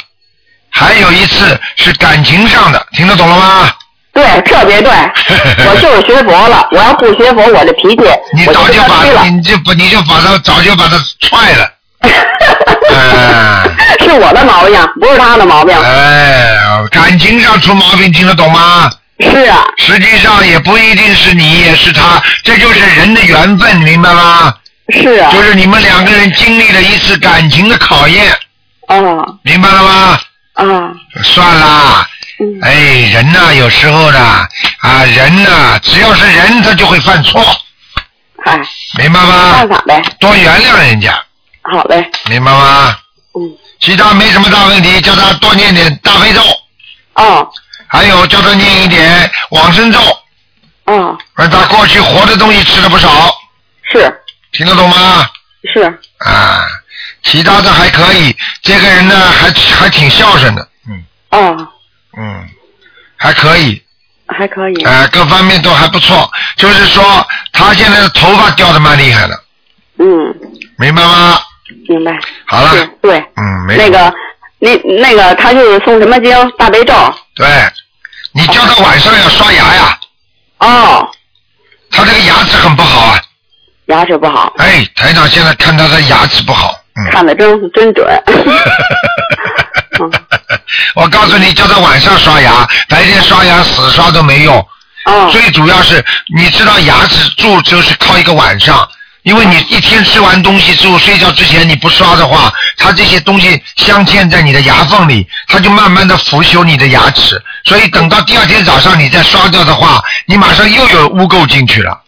还有一次是感情上的，听得懂了吗？对，特别对， 哎我就是学佛了。我要不学佛，我这脾气你我早就就他把吹了。你就不你就把他早就把他踹 了，哎是我的毛病，不是他的毛病。哎，感情上出毛病，听得懂吗？是啊，实际上也不一定是你，也是他，这就是人的缘分，明白吗？是啊就，是你们两个人经历了一次感情的考验，啊明白了吗？啊，算啦，嗯哎，人呐、有时候呢，啊，人呐、只要是人，他就会犯错，嗨，明白哎办吗？法呗，多原谅人家，好嘞，明白吗？嗯，其他没什么大问题，叫他多念点大悲咒，哦还有叫他念一点往生咒，哦，让他过去活的东西吃了不少，是听得懂吗？是，啊，其他的还可以，这个人呢还还挺孝顺的，嗯哦，嗯，还可以，还可以，呃，各方面都还不错。就是说，他现在的头发掉的蛮厉害的，嗯，明白吗？明白，好了，是对，嗯，没那个。那那个，他就是送什么经？大悲咒。对，你叫他晚上要刷牙呀，哦，他这个牙齿很不好啊。牙齿不好，哎，台长现在看他的牙齿不好，嗯， 看嗯的真真准。我告诉你，叫他晚上刷牙，白天刷牙死刷都没用。哦最主要是，你知道牙齿蛀就是靠一个晚上，因为你一天吃完东西之后，睡觉之前你不刷的话，它这些东西镶嵌在你的牙缝里，它就慢慢的腐朽你的牙齿。所以等到第二天早上你再刷掉的话，你马上又有污垢进去了。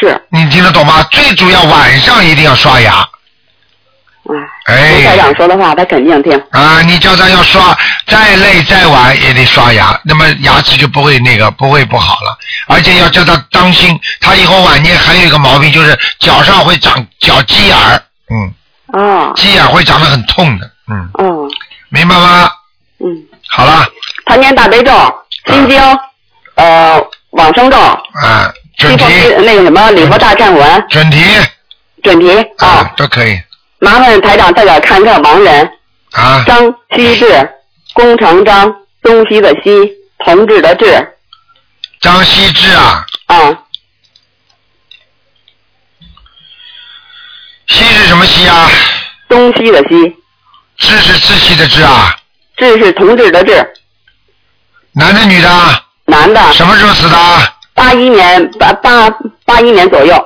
是，你听得懂吗？最主要晚上一定要刷牙。哎，卢台哎长，说的话他肯定听。啊，你叫他要刷，再累再晚也得刷牙，那么牙齿就不会那个不会不好了。而且要叫他当心，他以后晚年还有一个毛病，就是脚上会长脚鸡眼儿，嗯，哦鸡眼会长得很痛的，嗯，哦，明白吗？嗯，好了，嗯他念大悲咒、心经，呃，往生咒，啊，西准佛提那个什么礼佛大忏文，准提准提啊，都可以麻烦台长再给看看亡人啊，张希志，工程张，东西的西，同志的志，张希志啊，啊，希是什么希啊？东西的西，志是志气的志啊，志是同志的志，男的女的啊？男的，什么时候死的啊？八一年八八八一年左右，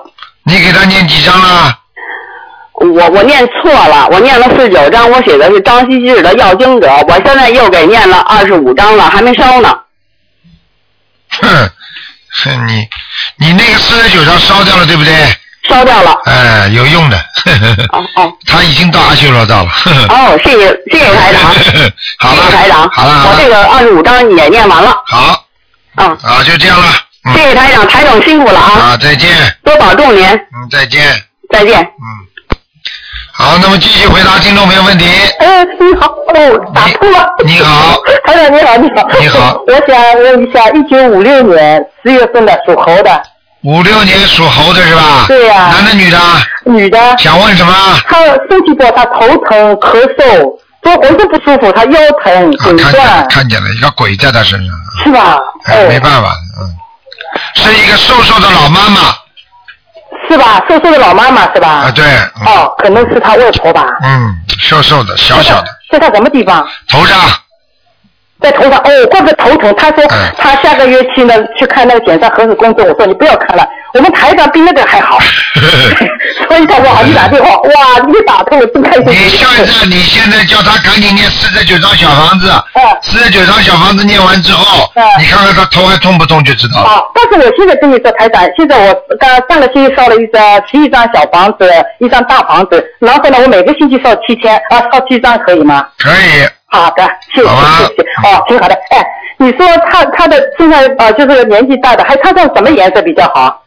你给他念几张啊了？我我念错了，我念了四九章，我写的是张希志的要经者，我现在又给念了二十五章了，还没烧呢。哼，哼你你那个四十九张烧掉了对不对？烧掉了。哎，有用的。 呵呵呵哦哦他已经到阿修罗道了。呵呵哦，谢谢谢谢台长， 好谢谢台了，长，好了，好我了，这个二十五章也念完了，好，啊，啊，就这样了。嗯谢谢台长，台长辛苦了啊，啊，再见，多保重您，嗯，再见。再见。好，那么继续回答听众朋友问题。哎，你好，哦，打通了。你好， 台长你好，你好，你好。我想问一下，一九五六年十月份的属猴的五六年属猴的是吧？对呀男的女的？啊女的，想问什么？她身体不好，她头疼、咳嗽，做浑身不舒服，她腰疼、啊看颈见了椎，看见了一个鬼在他身上，是吧？哦哎，没办法，嗯，是一个瘦瘦的老妈妈啊是吧？瘦瘦的老妈妈是吧？啊，对，嗯哦，可能是她外婆吧？嗯，瘦瘦的，小小 的，在她什么地方？头上， 在头上，哦，怪不得头疼。他说嗯他下个月去呢去看那个检查核磁共振，我说你不要看了，我们台长比那个还好， 所以他说好，你打电话，哇，你打通了，真开心。你现在你现在叫他赶紧念四十九张小房哦子，嗯四十九张小房子念完之后，你看看他头还痛不痛就知道了。啊！但是我现在跟你说，台长，现在我刚上个星期烧了一张十一张小房子，一张大房子，然后呢，我每个星期烧七千啊，烧七张可以吗？可以，好的，谢谢啊谢谢，哦，挺好的。哎，你说他他的现在呃就是年纪大的，还穿上什么颜色比较好？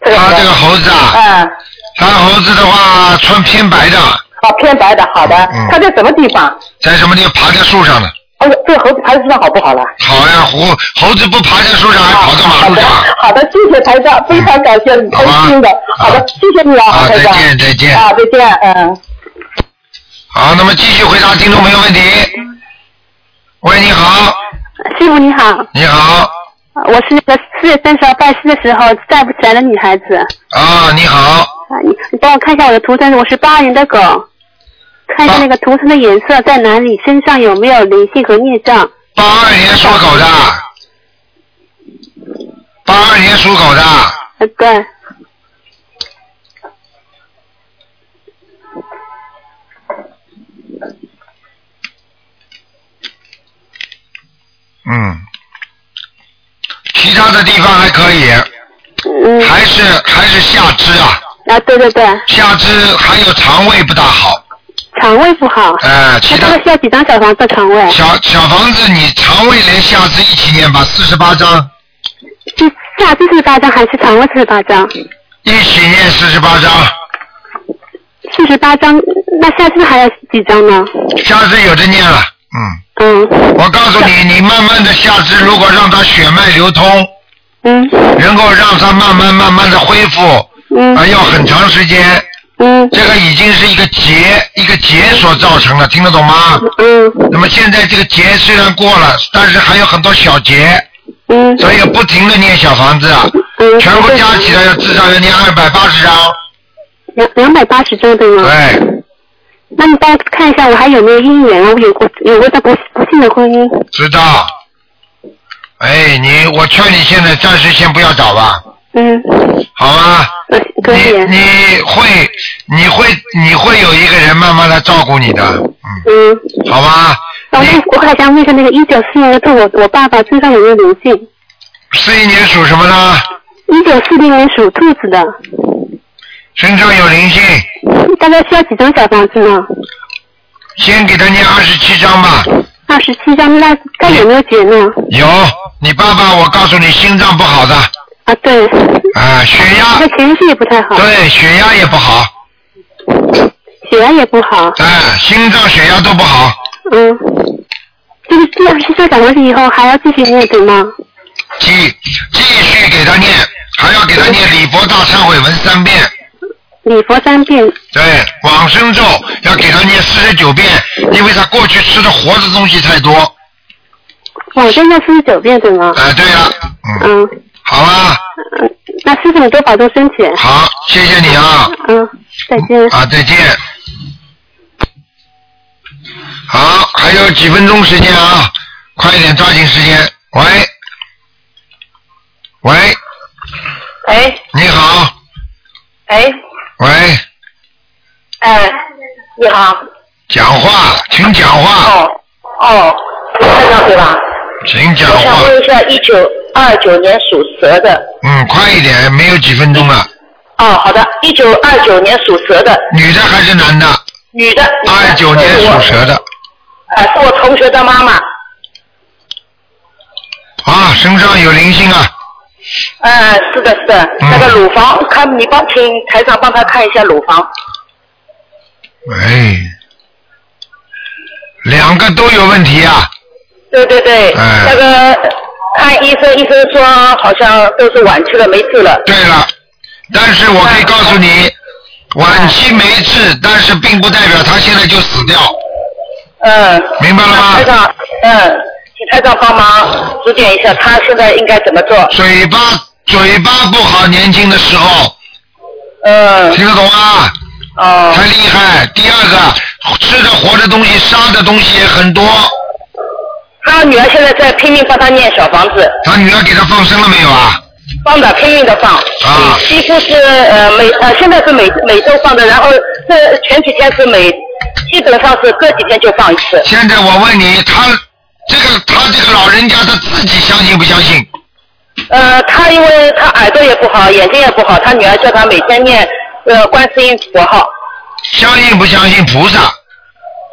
他这个猴子啊，嗯。他猴子的话穿偏白的，哦，偏白的，好的。嗯它在什么地方？在什么地方爬在树上的？哎呦，这猴子爬在树上好不好了？啊好呀，猴猴子不爬在树上还跑到哎马路上。嗯好的，谢谢台长，非常感谢你，开心的。好的，谢谢你啊，好，台再长。见，再见。啊，再见，嗯。好，那么继续回答听众朋友问题。喂，你好，师傅你好，你好，啊我是那个四月三十号拜师的时候站不起来的女孩子。啊，你好，啊，你你帮我看一下我的图腾，我是八年的狗，看一下那个图腾的颜色在哪里，身上有没有灵性和孽障？八二年属狗的，八二年属狗的，呃，对，嗯，其他的地方还可以，还是还是下肢啊，嗯啊，对对对，下肢还有肠胃不大好，肠胃不好。呃，其那他 大概需要几张小房子肠胃？小小房子你肠胃连下肢一起念吧，四十八章，是下肢四十八张还是肠胃四十八张？一起念四十八章，四十八张，那下肢还有几张呢？下肢有的念了，嗯。嗯我告诉你，你慢慢的下肢，如果让它血脉流通，嗯，能够让它慢慢慢慢的恢复，啊嗯，还要很长时间，嗯，这个已经是一个结，一个结所造成的，听得懂吗？嗯。那么现在这个结虽然过了，但是还有很多小结，嗯，所以不停的念小房子，嗯，全部加起来要至少要念二百八十张，哎两两百八十张对吗？对，那你帮我看一下，我还有没有姻缘啊？我有过有过的不不幸的婚姻。知道。哎，你我劝你现在暂时先不要找吧，嗯，呃好吗？可以。啊你你会你会你会有一个人慢慢来照顾你的，嗯。好吧？然后我还想问一下，那个一九四零的兔，我我爸爸身上有没有灵性？四一年属什么呢？一九四零年属兔子的，身上有灵性，大概需要几张小房子呢？先给他念二十七章吧。二十七张，那看有没有解呢？有，你爸爸，我告诉你，心脏不好的，啊，对，啊，血压，那情绪也不太好，对，血压也不好，啊血压也不好，哎、心脏血压都不好，嗯，这个这二十张小房子以后还要继续念对吗？继继续给他念，还要给他念礼佛大忏悔文三遍。礼佛三遍，对，往生咒要给他念四十九遍，因为他过去吃的活的东西太多。往生哦咒四十九遍对吗？啊，对呀、嗯。好啊。那师傅你多保重身体。好，谢谢你啊。嗯，再见。啊，再见。好，还有几分钟时间啊，快一点抓紧时间。喂，喂，哎你好，哎喂，哎，你好，讲话，请讲话，哦，看到对吧？请讲我想话。问一下，一九二九年属蛇的，嗯，快一点，没有几分钟了。哦，好的，一九二九年属蛇的女的还是男的？女的，二九年属蛇的呃，是我同学的妈妈，啊，身上有灵性啊，呃，是的，是的，嗯那个乳房，看你帮，请台长帮她看一下乳房，哎，两个都有问题啊，对对对，哎那个看医生，医生说好像都是晚期了，没治了，对了，但是我可以告诉你，晚期没治，但是并不代表他现在就死掉。嗯，明白了吗？台长，嗯，请台长帮忙指点一下，她现在应该怎么做？嘴巴嘴巴不好，年轻的时候。嗯。听得懂吗？哦。太厉害。第二个，吃的活的东西，杀的东西也很多。他女儿现在在拼命帮他念小房子，他女儿给他放生了没有啊？放的拼命的放，啊，几乎是呃每呃现在是每每周放的，然后这前几天是每基本上是这几天就放一次。现在我问你，他这个他这个老人家他自己相信不相信？呃，他因为他耳朵也不好，眼睛也不好，他女儿叫他每天念呃观世音佛号，相信不相信菩萨？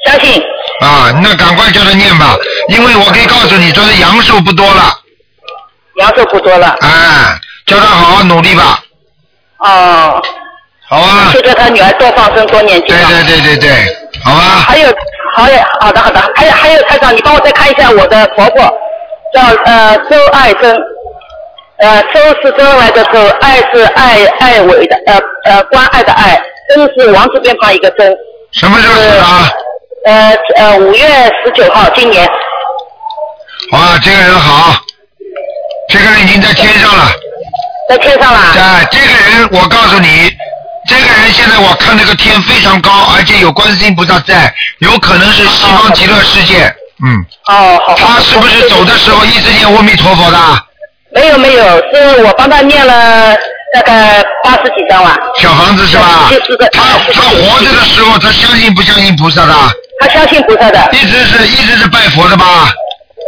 相信。啊，那赶快叫他念吧，因为我可以告诉你，他的阳寿不多了。阳寿不多了。哎，叫他好好努力吧。哦、好啊。就叫他女儿多放生，多念经。对对对对对，好吧。还有，好的，好的，好的，还有还有，台长，你帮我再看一下我的婆婆，叫呃周爱珍，呃周是周恩来的周，爱是爱爱伟的，呃呃关爱的爱，珍是王字边旁一个珍。什么时候死的啊？呃呃，五月十九号，今年。哇，啊这个人好，这个人已经在天上了。在天上了。啊，这个人，我告诉你，这个人现在我看这个天非常高，而且有观世音菩萨在，有可能啊是西方极乐世界。嗯。哦，好。他是不是走的时候一直念阿弥陀佛的？没有没有，是我帮他念了大概八十几张吧。啊小房子是吧？就是个他他活着的时候，他相信不相信菩萨的？他相信菩萨的。一直是一直是拜佛的吧？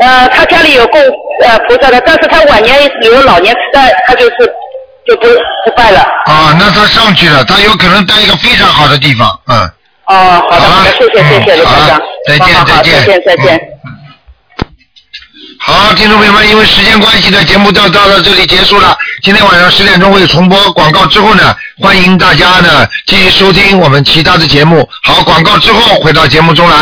呃，他家里有供呃菩萨的，但是他晚年有老年痴呆，他就是就不不拜了。啊，那他上去了，他有可能在一个非常好的地方，嗯。哦，好的，好的，谢谢谢谢刘台长，再好见好好，再见嗯再见再见。好，听众朋友们，因为时间关系呢，节目到到到这里结束了。今天晚上十点钟会有重播广告之后呢，欢迎大家呢继续收听我们其他的节目。好，广告之后回到节目中来。